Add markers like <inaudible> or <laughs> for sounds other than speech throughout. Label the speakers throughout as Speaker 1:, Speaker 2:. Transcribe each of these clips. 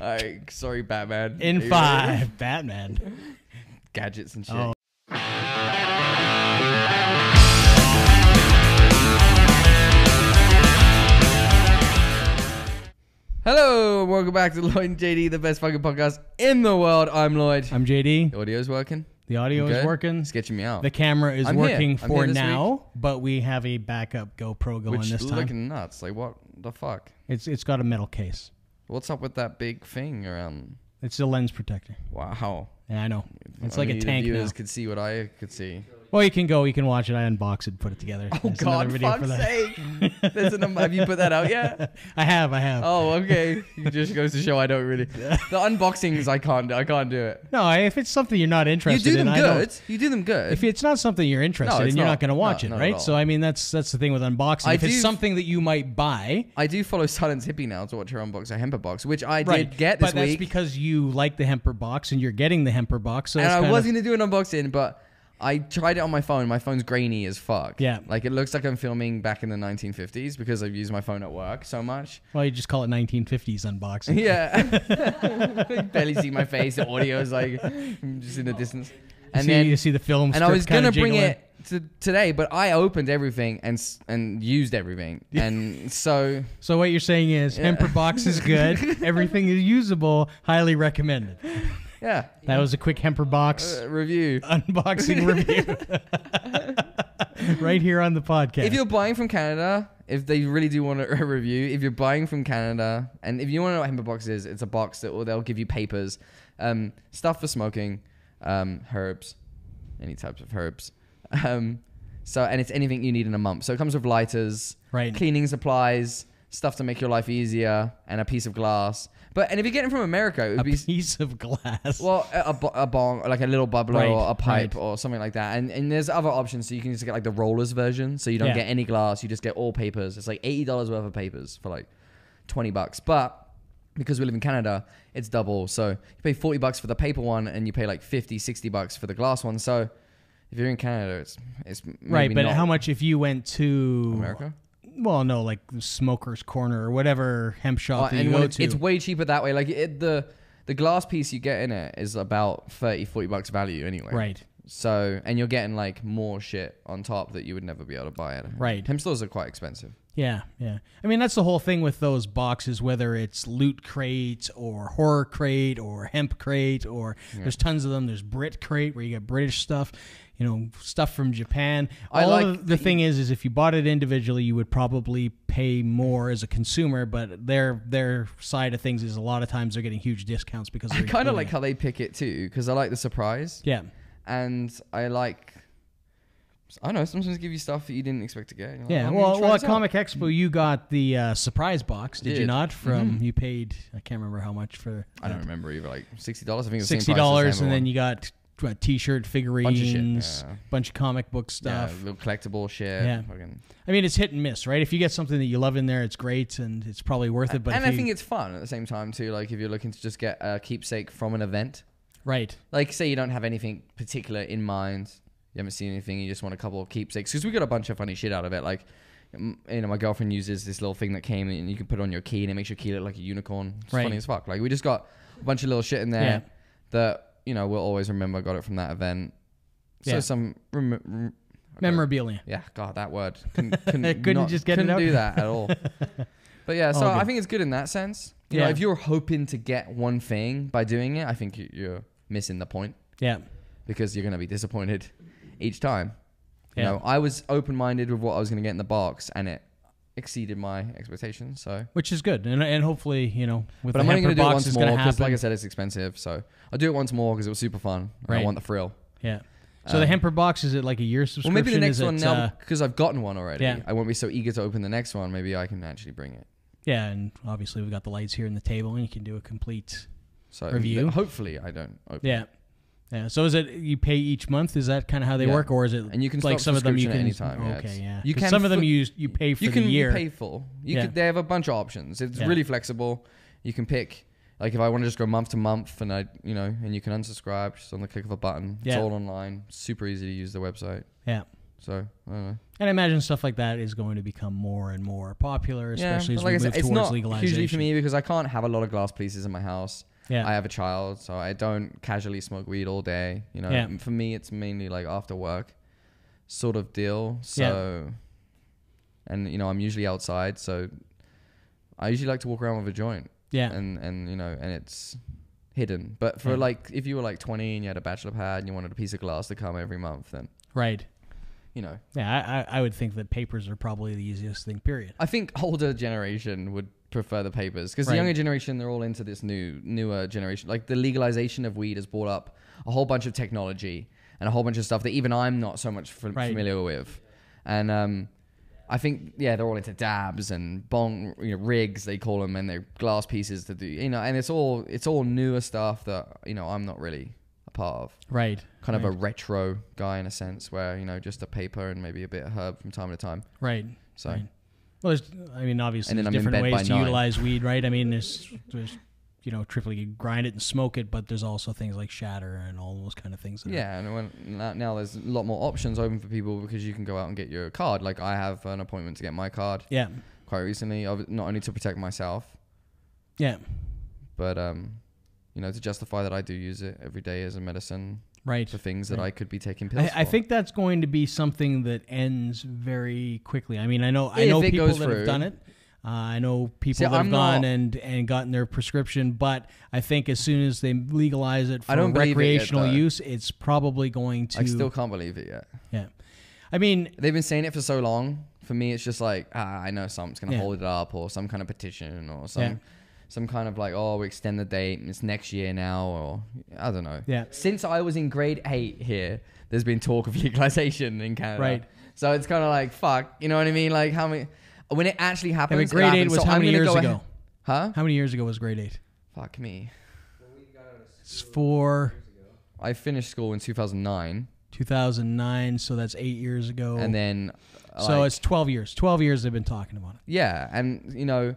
Speaker 1: I, sorry, Batman.
Speaker 2: In
Speaker 1: Anyway,
Speaker 2: five, Batman.
Speaker 1: gadgets and shit.
Speaker 2: Oh.
Speaker 1: Hello, and welcome back to Lloyd and JD, the best fucking podcast in the world. I'm Lloyd.
Speaker 2: I'm JD.
Speaker 1: The audio's working.
Speaker 2: The audio is
Speaker 1: Good?
Speaker 2: working.
Speaker 1: It's sketching me out.
Speaker 2: The camera is
Speaker 1: I'm here.
Speaker 2: working
Speaker 1: I'm
Speaker 2: for
Speaker 1: here this
Speaker 2: now, but we have a backup GoPro going
Speaker 1: Which
Speaker 2: this
Speaker 1: is
Speaker 2: time.
Speaker 1: looking nuts. Like what the fuck?
Speaker 2: it's it's got a metal case.
Speaker 1: What's up with that big thing around?
Speaker 2: It's a lens protector.
Speaker 1: Wow.
Speaker 2: Yeah, I know. It's
Speaker 1: Only
Speaker 2: like a
Speaker 1: the
Speaker 2: tank now.
Speaker 1: Viewers could see what I could see.
Speaker 2: Well, you can go. You can watch it. I unboxed it, put it together.
Speaker 1: Oh
Speaker 2: There's another
Speaker 1: God,
Speaker 2: video for
Speaker 1: fuck's
Speaker 2: that.
Speaker 1: sake! There's an, um, have you put that out yet?
Speaker 2: <laughs> I have. I have.
Speaker 1: Oh, okay. It just goes to show I don't
Speaker 2: <laughs>
Speaker 1: really. The unboxings, I can't. I can't do it.
Speaker 2: No, if it's something you're not
Speaker 1: You
Speaker 2: interested
Speaker 1: do them
Speaker 2: in, I don't-
Speaker 1: good. You do them good.
Speaker 2: If it's not something you're interested
Speaker 1: No,
Speaker 2: in,
Speaker 1: it's
Speaker 2: you're not,
Speaker 1: not.
Speaker 2: going to watch
Speaker 1: No,
Speaker 2: it,
Speaker 1: not at
Speaker 2: right?
Speaker 1: all.
Speaker 2: So I mean, that's that's the thing with unboxing.
Speaker 1: I
Speaker 2: if it's
Speaker 1: do-
Speaker 2: something that you might buy,
Speaker 1: I do follow Silence Hippie now to watch her unbox a hemper box, which I
Speaker 2: right?
Speaker 1: did get
Speaker 2: but
Speaker 1: this
Speaker 2: that's
Speaker 1: week,
Speaker 2: because you like the Hemper box and you're getting the Hemper box. So
Speaker 1: and
Speaker 2: it's
Speaker 1: I
Speaker 2: kind
Speaker 1: was
Speaker 2: of,
Speaker 1: gonna do an unboxing, but I tried it on my phone. My phone's grainy as fuck.
Speaker 2: Yeah.
Speaker 1: like it looks like I'm filming back in the 1950s because I've used my phone at work so
Speaker 2: <laughs>
Speaker 1: much.
Speaker 2: well, you just call it 1950s unboxing.
Speaker 1: Yeah, <laughs> I barely see my face. The audio is like <laughs> just in the distance,
Speaker 2: and
Speaker 1: and
Speaker 2: see,
Speaker 1: then
Speaker 2: you see the film.
Speaker 1: and I
Speaker 2: strip
Speaker 1: was gonna
Speaker 2: kinda
Speaker 1: bring
Speaker 2: jiggling.
Speaker 1: it to today, but I opened everything and s- and used everything, and so
Speaker 2: So what you're saying is
Speaker 1: Yeah.
Speaker 2: Hemper box
Speaker 1: <laughs>
Speaker 2: is good. Everything is usable. Highly recommended.
Speaker 1: yeah,
Speaker 2: That was a quick Hemper box
Speaker 1: uh, review. <laughs>
Speaker 2: unboxing review. right here on the podcast.
Speaker 1: If you're buying from Canada, if they really do want a <laughs> review, if you're buying from Canada, and if you want to know what Hemper Box is, it's a box that will they'll give you papers, um, stuff for smoking, um, herbs, any types of herbs. Um, so and it's anything you need in a month. So it comes with lighters,
Speaker 2: Right.
Speaker 1: cleaning supplies, stuff to make your life easier, and a piece of glass. But and if you're getting from America, it would
Speaker 2: a
Speaker 1: be
Speaker 2: piece of glass.
Speaker 1: well, a, a bo- a bong, like a little bubbler
Speaker 2: Right,
Speaker 1: or a pipe
Speaker 2: right.
Speaker 1: or something like that. And and there's other options. So you can just get like the rollers version. So you don't
Speaker 2: Yeah.
Speaker 1: get any glass. You just get all papers. It's like eighty dollars worth of papers for like twenty bucks. But because we live in Canada, it's double. So you pay forty bucks for the paper one, and you pay like 50, 60 bucks for the glass one. So if you're in Canada, it's it's
Speaker 2: right,
Speaker 1: maybe
Speaker 2: but
Speaker 1: not
Speaker 2: how much if you went to
Speaker 1: America?
Speaker 2: Well, no, like Smoker's Corner or whatever hemp
Speaker 1: Uh,
Speaker 2: shop that you
Speaker 1: and
Speaker 2: go
Speaker 1: when it's,
Speaker 2: to.
Speaker 1: it's way cheaper that way. Like it, the the glass piece you get in it is about 30, 40 bucks value anyway.
Speaker 2: right.
Speaker 1: So, and you're getting like more shit on top that you would never be able to buy at a hemp.
Speaker 2: Right.
Speaker 1: Hemp stores are quite expensive.
Speaker 2: Yeah, yeah. I mean, that's the whole thing with those boxes, whether it's loot crate or horror crate or hemp crate, or there's tons of them. There's Brit crate where you get British stuff, you know, stuff from Japan.
Speaker 1: I
Speaker 2: All
Speaker 1: like
Speaker 2: of the
Speaker 1: that you-
Speaker 2: thing is, is if you bought it individually, you would probably pay more as a consumer. But their their side of things is a lot of times they're getting huge discounts because
Speaker 1: I
Speaker 2: they're
Speaker 1: kind of
Speaker 2: including
Speaker 1: like
Speaker 2: it.
Speaker 1: how they pick it too, because I like the surprise,
Speaker 2: yeah.
Speaker 1: and I like. I don't know. Sometimes they give you stuff that you didn't expect to get. and you're like,
Speaker 2: Yeah,
Speaker 1: Oh, "I'm gonna
Speaker 2: well,
Speaker 1: try
Speaker 2: well, at
Speaker 1: this out."
Speaker 2: Comic Expo, you got the uh, surprise box, did, you
Speaker 1: Did. Mm-hmm.
Speaker 2: not? From you paid, I can't remember how much for
Speaker 1: I don't remember either. Like sixty dollars. I think it was
Speaker 2: sixty dollars, and then you got uh, T-shirt
Speaker 1: of shit,
Speaker 2: figurines, bunch
Speaker 1: yeah.
Speaker 2: comic book
Speaker 1: yeah,
Speaker 2: stuff.
Speaker 1: little collectible shit.
Speaker 2: Yeah.
Speaker 1: fucking-
Speaker 2: I mean, it's hit and miss, right? If you get something that you love in there, it's great and it's probably worth it. But
Speaker 1: and
Speaker 2: if
Speaker 1: I
Speaker 2: you-
Speaker 1: think it's fun at the same time too. Like if you're looking to just get a keepsake from an event,
Speaker 2: right,
Speaker 1: like say you don't have anything particular in mind you haven't seen anything you just want a couple of keepsakes because we got a bunch of funny shit out of it like m- you know my girlfriend uses this little thing that came and you can put on your key and it makes your key look like a unicorn it's
Speaker 2: Right.
Speaker 1: funny as fuck like we just got a bunch of little shit in there
Speaker 2: Yeah.
Speaker 1: that you know we'll always remember got it from that event so
Speaker 2: Yeah.
Speaker 1: some rem- rem-
Speaker 2: memorabilia.
Speaker 1: yeah god that word
Speaker 2: <laughs>
Speaker 1: couldn't, couldn't,
Speaker 2: Couldn't
Speaker 1: not-
Speaker 2: just get it
Speaker 1: couldn't
Speaker 2: out?
Speaker 1: do that at
Speaker 2: <laughs>
Speaker 1: all but yeah so
Speaker 2: All
Speaker 1: i
Speaker 2: good.
Speaker 1: think it's good in that sense you know
Speaker 2: Yeah.
Speaker 1: if you're hoping to get one thing by doing it i think you- you're missing the point
Speaker 2: Yeah,
Speaker 1: because you're going to be disappointed <laughs> each time. You
Speaker 2: Yeah.
Speaker 1: know, I was open minded with what I was going to get in the box, and it exceeded my expectations. So,
Speaker 2: which is good, and and hopefully you know with
Speaker 1: but
Speaker 2: the
Speaker 1: I'm only going
Speaker 2: Hemper
Speaker 1: to do it
Speaker 2: box
Speaker 1: once
Speaker 2: is
Speaker 1: more
Speaker 2: going to
Speaker 1: because,
Speaker 2: happen.
Speaker 1: like I said, it's expensive. So I'll do it once more because it was super fun. and I
Speaker 2: Right.
Speaker 1: want the thrill.
Speaker 2: yeah. So the Hemper box is it like a year
Speaker 1: Well,
Speaker 2: subscription?
Speaker 1: maybe the next
Speaker 2: is it,
Speaker 1: one
Speaker 2: uh,
Speaker 1: now because I've gotten one already.
Speaker 2: Yeah.
Speaker 1: I won't be so eager to open the next one. Maybe I can actually bring it.
Speaker 2: yeah, and obviously we've got the lights here in the table, and you can do a complete
Speaker 1: So
Speaker 2: Review?
Speaker 1: Hopefully, I don't open.
Speaker 2: Yeah. Yeah. So is it you pay each month? Is that kind of how they
Speaker 1: Yeah.
Speaker 2: work, or is it
Speaker 1: And you can
Speaker 2: like
Speaker 1: stop
Speaker 2: some of them you
Speaker 1: subscription
Speaker 2: can
Speaker 1: at any time, yeah,
Speaker 2: Okay,
Speaker 1: it's-
Speaker 2: yeah.
Speaker 1: you
Speaker 2: 'Cause
Speaker 1: can
Speaker 2: some of them
Speaker 1: foot-
Speaker 2: you you pay for
Speaker 1: you can
Speaker 2: the year.
Speaker 1: pay full. You
Speaker 2: Yeah.
Speaker 1: could, they have a bunch of options. It's
Speaker 2: Yeah.
Speaker 1: really flexible. You can pick like if I want to just go month to month, and I you know, and you can unsubscribe just on the click of a button.
Speaker 2: Yeah.
Speaker 1: It's all online. Super easy to use the website.
Speaker 2: yeah.
Speaker 1: So I don't know.
Speaker 2: And I imagine stuff like that is going to become more and more popular, especially
Speaker 1: yeah,
Speaker 2: as
Speaker 1: but like
Speaker 2: we
Speaker 1: I
Speaker 2: move
Speaker 1: said, it's
Speaker 2: towards
Speaker 1: not
Speaker 2: legalization.
Speaker 1: hugely for me because I can't have a lot of glass pieces in my house.
Speaker 2: Yeah.
Speaker 1: I have a child, so I don't casually smoke weed all day. You know,
Speaker 2: Yeah.
Speaker 1: And for me, it's mainly like after work sort of deal. So, and you know, I'm usually outside, so I usually like to walk around with a joint,
Speaker 2: yeah.
Speaker 1: and and you know, and it's hidden. But for
Speaker 2: Yeah.
Speaker 1: like, if you were like 20 and you had a bachelor pad and you wanted a piece of glass to come every month, then
Speaker 2: Right.
Speaker 1: you know,
Speaker 2: Yeah, I, I, I would think that papers are probably the easiest thing, period.
Speaker 1: I think older generation would prefer the papers because
Speaker 2: Right.
Speaker 1: the younger generation they're all into this new newer generation. Like the legalization of weed has brought up a whole bunch of technology and a whole bunch of stuff that even I'm not so much f-
Speaker 2: Right.
Speaker 1: familiar with. And um, I think yeah, they're all into dabs and bong you know, rigs they call them and they're glass pieces to do you know, and it's all it's all newer stuff that you know I'm not really a part of
Speaker 2: Right.
Speaker 1: kind
Speaker 2: right.
Speaker 1: of a retro guy in a sense where you know just a paper and maybe a bit of herb from time to time
Speaker 2: Right.
Speaker 1: so
Speaker 2: Right. Well, there's, I mean,
Speaker 1: And
Speaker 2: obviously, there's
Speaker 1: then I'm in
Speaker 2: different
Speaker 1: bed by
Speaker 2: ways to
Speaker 1: nine.
Speaker 2: utilize weed, right? I mean, there's, there's, you know, triple you grind it and smoke it, but there's also things like shatter and all those kind of things. that are-
Speaker 1: Yeah, and when, now, now there's a lot more options open for people because you can go out and get your card. Like I have an appointment to get my card
Speaker 2: yeah.
Speaker 1: quite recently, of- not only to protect myself,
Speaker 2: Yeah.
Speaker 1: but um, you know, to justify that I do use it every day as a medicine
Speaker 2: Right.
Speaker 1: for things that
Speaker 2: Right.
Speaker 1: I could be taking pills.
Speaker 2: I, I
Speaker 1: for.
Speaker 2: think that's going to be something that ends very quickly. I mean, I know I
Speaker 1: If
Speaker 2: know
Speaker 1: it
Speaker 2: people that
Speaker 1: goes
Speaker 2: have
Speaker 1: through.
Speaker 2: done it. Uh, I know people
Speaker 1: See,
Speaker 2: that have
Speaker 1: I'm
Speaker 2: gone
Speaker 1: not-
Speaker 2: and, and gotten their prescription, but I think as soon as they legalize it for
Speaker 1: I don't believe it yet,
Speaker 2: recreational
Speaker 1: though.
Speaker 2: use, it's probably going to.
Speaker 1: I still can't believe it yet.
Speaker 2: yeah, I mean,
Speaker 1: They've been saying it for so long. For me, it's just like ah, I know something's gonna
Speaker 2: Yeah.
Speaker 1: hold it up, or some kind of petition, or some
Speaker 2: Yeah.
Speaker 1: some kind of like oh, we extend the date and it's next year now, or I don't know.
Speaker 2: Yeah.
Speaker 1: Since I was in grade eight here, there's been talk of <laughs> legalization in Canada.
Speaker 2: Right.
Speaker 1: So it's kind of like fuck, you know what I mean? Like how many when it actually
Speaker 2: I mean,
Speaker 1: happens? it
Speaker 2: grade eight
Speaker 1: happens.
Speaker 2: was
Speaker 1: So
Speaker 2: how
Speaker 1: I'm
Speaker 2: many
Speaker 1: gonna
Speaker 2: years
Speaker 1: go
Speaker 2: ago?
Speaker 1: ahead- Huh?
Speaker 2: How many years ago was grade eight?
Speaker 1: Fuck me.
Speaker 2: It's for
Speaker 1: I finished school in 2009,
Speaker 2: 2009, so that's eight years ago.
Speaker 1: and then
Speaker 2: Oh. so
Speaker 1: like,
Speaker 2: it's 12 years. 12 years they've been talking about it.
Speaker 1: Yeah, and you know,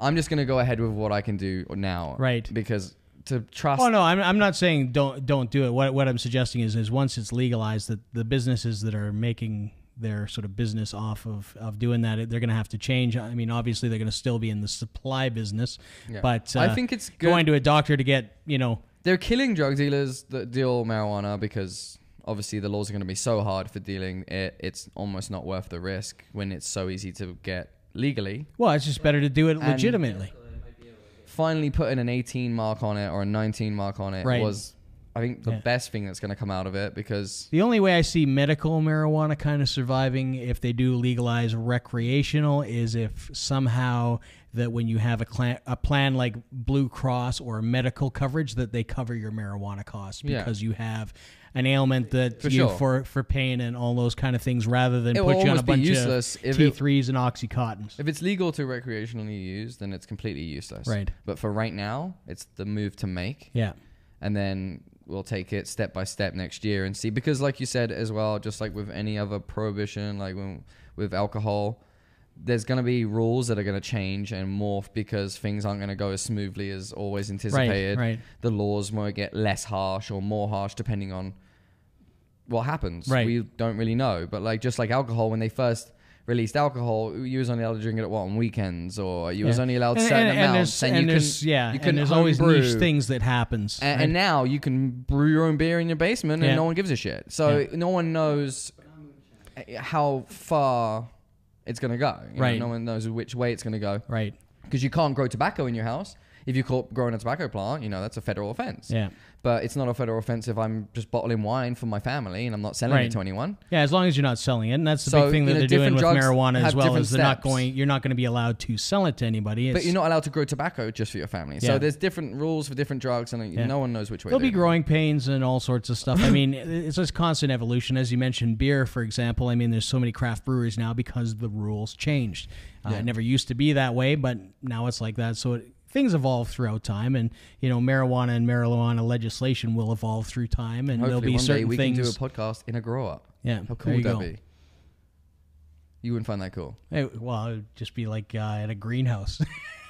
Speaker 1: I'm just gonna go ahead with what I can do now,
Speaker 2: Right.
Speaker 1: Because to trust,
Speaker 2: Oh no, I'm, I'm not saying don't don't do it. What what I'm suggesting is is once it's legalized, that the businesses that are making their sort of business off of, of doing that, they're going to have to change. I mean, obviously they're going to still be in the supply business,
Speaker 1: Yeah.
Speaker 2: but uh,
Speaker 1: I think it's good.
Speaker 2: going to a doctor to get you know
Speaker 1: They're killing drug dealers that deal marijuana because obviously the laws are gonna be so hard for dealing it. It's almost not worth the risk when it's so easy to get legally.
Speaker 2: well, it's just better to do it
Speaker 1: And-
Speaker 2: legitimately.
Speaker 1: Finally, putting an 18 mark on it or a 19 mark on it
Speaker 2: Right.
Speaker 1: was, I think, the
Speaker 2: Yeah.
Speaker 1: best thing that's gonna come out of it because
Speaker 2: The only way I see medical marijuana kind of surviving if they do legalize recreational is if somehow that when you have a, clan, a plan like Blue Cross or medical coverage that they cover your marijuana costs
Speaker 1: Yeah.
Speaker 2: because you have an ailment that
Speaker 1: For
Speaker 2: you
Speaker 1: sure.
Speaker 2: for for pain and all those kind of things rather than
Speaker 1: It
Speaker 2: put
Speaker 1: will
Speaker 2: you on a
Speaker 1: almost be
Speaker 2: bunch
Speaker 1: useless
Speaker 2: of
Speaker 1: if it-
Speaker 2: T3s and oxycontins.
Speaker 1: If it's legal to recreationally use, then it's completely useless.
Speaker 2: Right.
Speaker 1: But for right now, it's the move to make.
Speaker 2: yeah.
Speaker 1: and then we'll take it step by step next year and see because like you said as well just like with any other prohibition like when, with alcohol there's going to be rules that are going to change and morph because things aren't going to go as smoothly as always anticipated
Speaker 2: right.
Speaker 1: the laws might get less harsh or more harsh depending on what happens
Speaker 2: Right.
Speaker 1: we don't really know but like just like alcohol when they first released alcohol you was only allowed to drink it at what on weekends or you was
Speaker 2: Yeah.
Speaker 1: only allowed
Speaker 2: And-
Speaker 1: certain
Speaker 2: and- and
Speaker 1: amounts
Speaker 2: there's-
Speaker 1: and,
Speaker 2: and
Speaker 1: you
Speaker 2: there's-
Speaker 1: can
Speaker 2: yeah,
Speaker 1: you
Speaker 2: and
Speaker 1: can
Speaker 2: there's always
Speaker 1: homebrew.
Speaker 2: niche things that happens.
Speaker 1: And,
Speaker 2: right?
Speaker 1: and now you can brew your own beer in your basement and
Speaker 2: Yeah.
Speaker 1: no one gives a shit. So no one knows how far it's going to go. You know,
Speaker 2: Right.
Speaker 1: no one knows which way it's going to go
Speaker 2: right.
Speaker 1: because you can't grow tobacco in your house. If you caught growing a tobacco plant, you know, that's a federal offense.
Speaker 2: Yeah.
Speaker 1: But it's not a federal offense if I'm just bottling wine for my family and I'm not selling
Speaker 2: Right.
Speaker 1: it to anyone.
Speaker 2: Yeah, as long as you're not selling it, and that's the
Speaker 1: So,
Speaker 2: big thing
Speaker 1: you
Speaker 2: that
Speaker 1: know,
Speaker 2: they're doing
Speaker 1: different
Speaker 2: with
Speaker 1: drugs
Speaker 2: marijuana as
Speaker 1: have
Speaker 2: well.
Speaker 1: different
Speaker 2: Is they're not
Speaker 1: steps.
Speaker 2: going, you're not going to be allowed to sell it to anybody.
Speaker 1: But
Speaker 2: It's-
Speaker 1: you're not allowed to grow tobacco just for your family.
Speaker 2: Yeah.
Speaker 1: So there's different rules for different drugs and uh,
Speaker 2: Yeah.
Speaker 1: no one knows which way
Speaker 2: There'll
Speaker 1: they're
Speaker 2: be growing pains and all sorts of stuff. I mean, it's just constant evolution. As you mentioned, beer, for example. I mean, there's so many craft breweries now because the rules changed. Uh, It never used to be that way, but now it's like that. So it, things evolve throughout time, and you know, marijuana and marijuana legislation will evolve through time, and
Speaker 1: Hopefully
Speaker 2: there'll be
Speaker 1: one day
Speaker 2: certain
Speaker 1: we
Speaker 2: things.
Speaker 1: can do a podcast in a grow up.
Speaker 2: yeah,
Speaker 1: How
Speaker 2: there
Speaker 1: cool
Speaker 2: you
Speaker 1: would that
Speaker 2: go.
Speaker 1: be? You wouldn't find that cool.
Speaker 2: Hey, well, it'd just be like uh, at a greenhouse.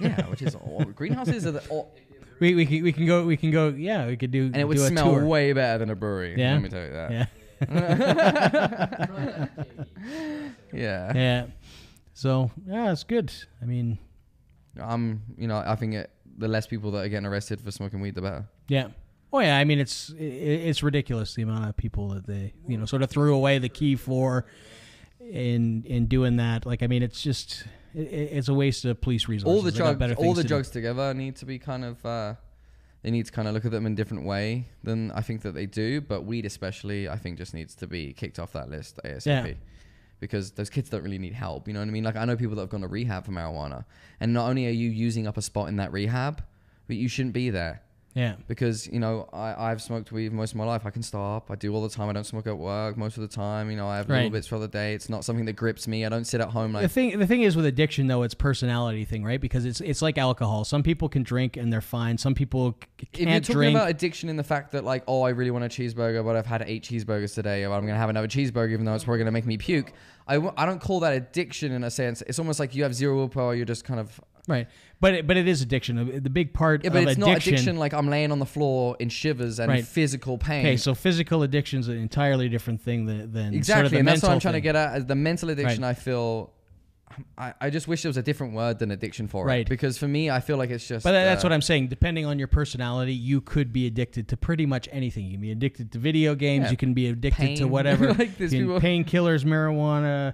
Speaker 1: Yeah, which is all, <laughs> greenhouses are the all,
Speaker 2: We we can, we can go we can go yeah we could do
Speaker 1: and it would
Speaker 2: do a
Speaker 1: smell
Speaker 2: tour.
Speaker 1: way better than a brewery.
Speaker 2: Yeah?
Speaker 1: let me tell you that.
Speaker 2: <laughs> yeah
Speaker 1: yeah.
Speaker 2: yeah. So yeah, it's good. I mean,
Speaker 1: Um, you know, I think it, the less people that are getting arrested for smoking weed, the better.
Speaker 2: yeah. Oh yeah, I mean it's i- i it's ridiculous the amount of people that they you know sort of threw away the key for in in doing that. Like I mean, it's just i- i it's a waste of police resources.
Speaker 1: all the
Speaker 2: They got
Speaker 1: drugs,
Speaker 2: better
Speaker 1: all
Speaker 2: things
Speaker 1: the
Speaker 2: to do.
Speaker 1: drugs together need to be kind of. Uh, they need to kind of look at them in a different way than I think that they do. But weed, especially, I think just needs to be kicked off that list ASAP.
Speaker 2: Yeah.
Speaker 1: Because those kids don't really need help. You know what I mean? Like I know people that have gone to rehab for marijuana, and not only are you using up a spot in that rehab, but you shouldn't be there
Speaker 2: Yeah.
Speaker 1: because you know I, I've smoked weed most of my life. I can stop. I do all the time. I don't smoke at work most of the time. You know I have little
Speaker 2: Right.
Speaker 1: bits for the day. It's not something that grips me. I don't sit at home
Speaker 2: the
Speaker 1: like
Speaker 2: thing the thing is with addiction though it's personality thing right because it's it's like alcohol some people can drink and they're fine some people c-
Speaker 1: if you're
Speaker 2: can't
Speaker 1: talking
Speaker 2: drink
Speaker 1: about addiction in the fact that like oh i really want a cheeseburger but i've had eight cheeseburgers today or i'm gonna have another cheeseburger even though it's probably gonna make me puke I, w- I don't call that addiction in a sense it's almost like you have zero willpower you're just kind of
Speaker 2: right but it, but it is addiction Uh, the big part
Speaker 1: yeah but
Speaker 2: of
Speaker 1: it's
Speaker 2: addiction,
Speaker 1: not addiction like i'm laying on the floor in shivers and
Speaker 2: Right.
Speaker 1: physical pain
Speaker 2: okay so physical addiction's an entirely different thing than, than sort
Speaker 1: exactly
Speaker 2: of the
Speaker 1: and that's what i'm
Speaker 2: mental
Speaker 1: trying to
Speaker 2: thing.
Speaker 1: get at is the mental addiction i feel I, I just wish there was a different word than addiction for
Speaker 2: Right.
Speaker 1: it because for me i feel like it's just
Speaker 2: But that-
Speaker 1: uh,
Speaker 2: that's what I'm saying. Depending on your personality, you could be addicted to pretty much anything. You can be addicted to video games.
Speaker 1: Yeah.
Speaker 2: You can be addicted to
Speaker 1: Pain. <laughs>
Speaker 2: whatever.
Speaker 1: Like these
Speaker 2: You can-
Speaker 1: people-
Speaker 2: Painkillers, marijuana,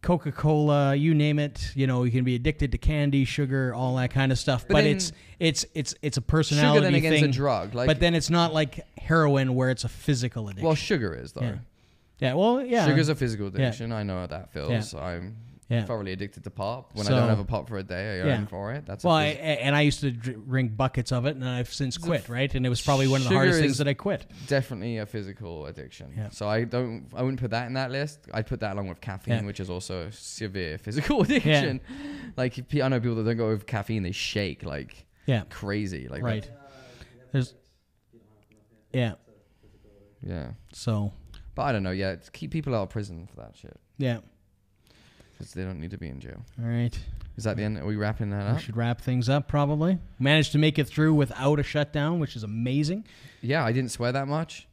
Speaker 2: Coca Cola, you name it. You know, you can be addicted to candy, sugar, all that kind of stuff. But,
Speaker 1: then-
Speaker 2: it's it's it's it's a
Speaker 1: sugar
Speaker 2: personality
Speaker 1: then against
Speaker 2: thing.
Speaker 1: a drug like
Speaker 2: but then it's not like heroin where it's a physical addiction.
Speaker 1: well sugar is though
Speaker 2: yeah. yeah. Well, yeah.
Speaker 1: Sugar's a physical addiction. I know how that feels. I'm
Speaker 2: Yeah.
Speaker 1: thoroughly addicted to pop. When
Speaker 2: So-
Speaker 1: I don't have a pop for a day, I go
Speaker 2: Yeah.
Speaker 1: in for it. That's
Speaker 2: well,
Speaker 1: a
Speaker 2: I,
Speaker 1: phys-
Speaker 2: and I used to dr- drink buckets of it, and I've since quit. Right, and it was probably one of the
Speaker 1: Sugar
Speaker 2: hardest
Speaker 1: is-
Speaker 2: things that I quit.
Speaker 1: definitely a physical addiction.
Speaker 2: Yeah.
Speaker 1: So I don't. I wouldn't put that in that list. I'd put that along with caffeine,
Speaker 2: Yeah.
Speaker 1: which is also a severe <laughs> physical addiction. Like if pe- I know people that don't go with caffeine, they shake like
Speaker 2: Yeah,
Speaker 1: crazy. Like
Speaker 2: right. There's, yeah.
Speaker 1: that- yeah.
Speaker 2: So
Speaker 1: But I don't know. Yeah, it's keep people out of prison for that shit
Speaker 2: yeah.
Speaker 1: because they don't need to be in jail.
Speaker 2: All right.
Speaker 1: Is that the end? Are we wrapping that
Speaker 2: We
Speaker 1: up?
Speaker 2: should wrap things up. Probably managed to make it through without a shutdown, which
Speaker 1: <laughs>
Speaker 2: is amazing. <laughs>
Speaker 1: Yeah, I didn't swear that much.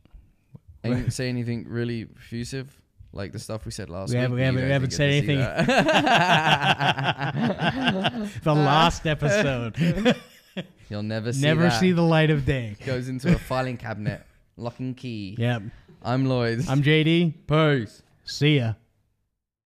Speaker 1: I didn't say anything really effusive, like the stuff we said last
Speaker 2: We
Speaker 1: week.
Speaker 2: haven't- we
Speaker 1: but you
Speaker 2: haven't-
Speaker 1: guys
Speaker 2: we
Speaker 1: didn't
Speaker 2: haven't
Speaker 1: get to see that. <laughs>
Speaker 2: The last episode.
Speaker 1: You'll never see
Speaker 2: Never
Speaker 1: that.
Speaker 2: see the light of day.
Speaker 1: Goes into a filing cabinet, lock and key.
Speaker 2: Yep.
Speaker 1: I'm Lloyd.
Speaker 2: I'm JD.
Speaker 1: Peace.
Speaker 2: See ya.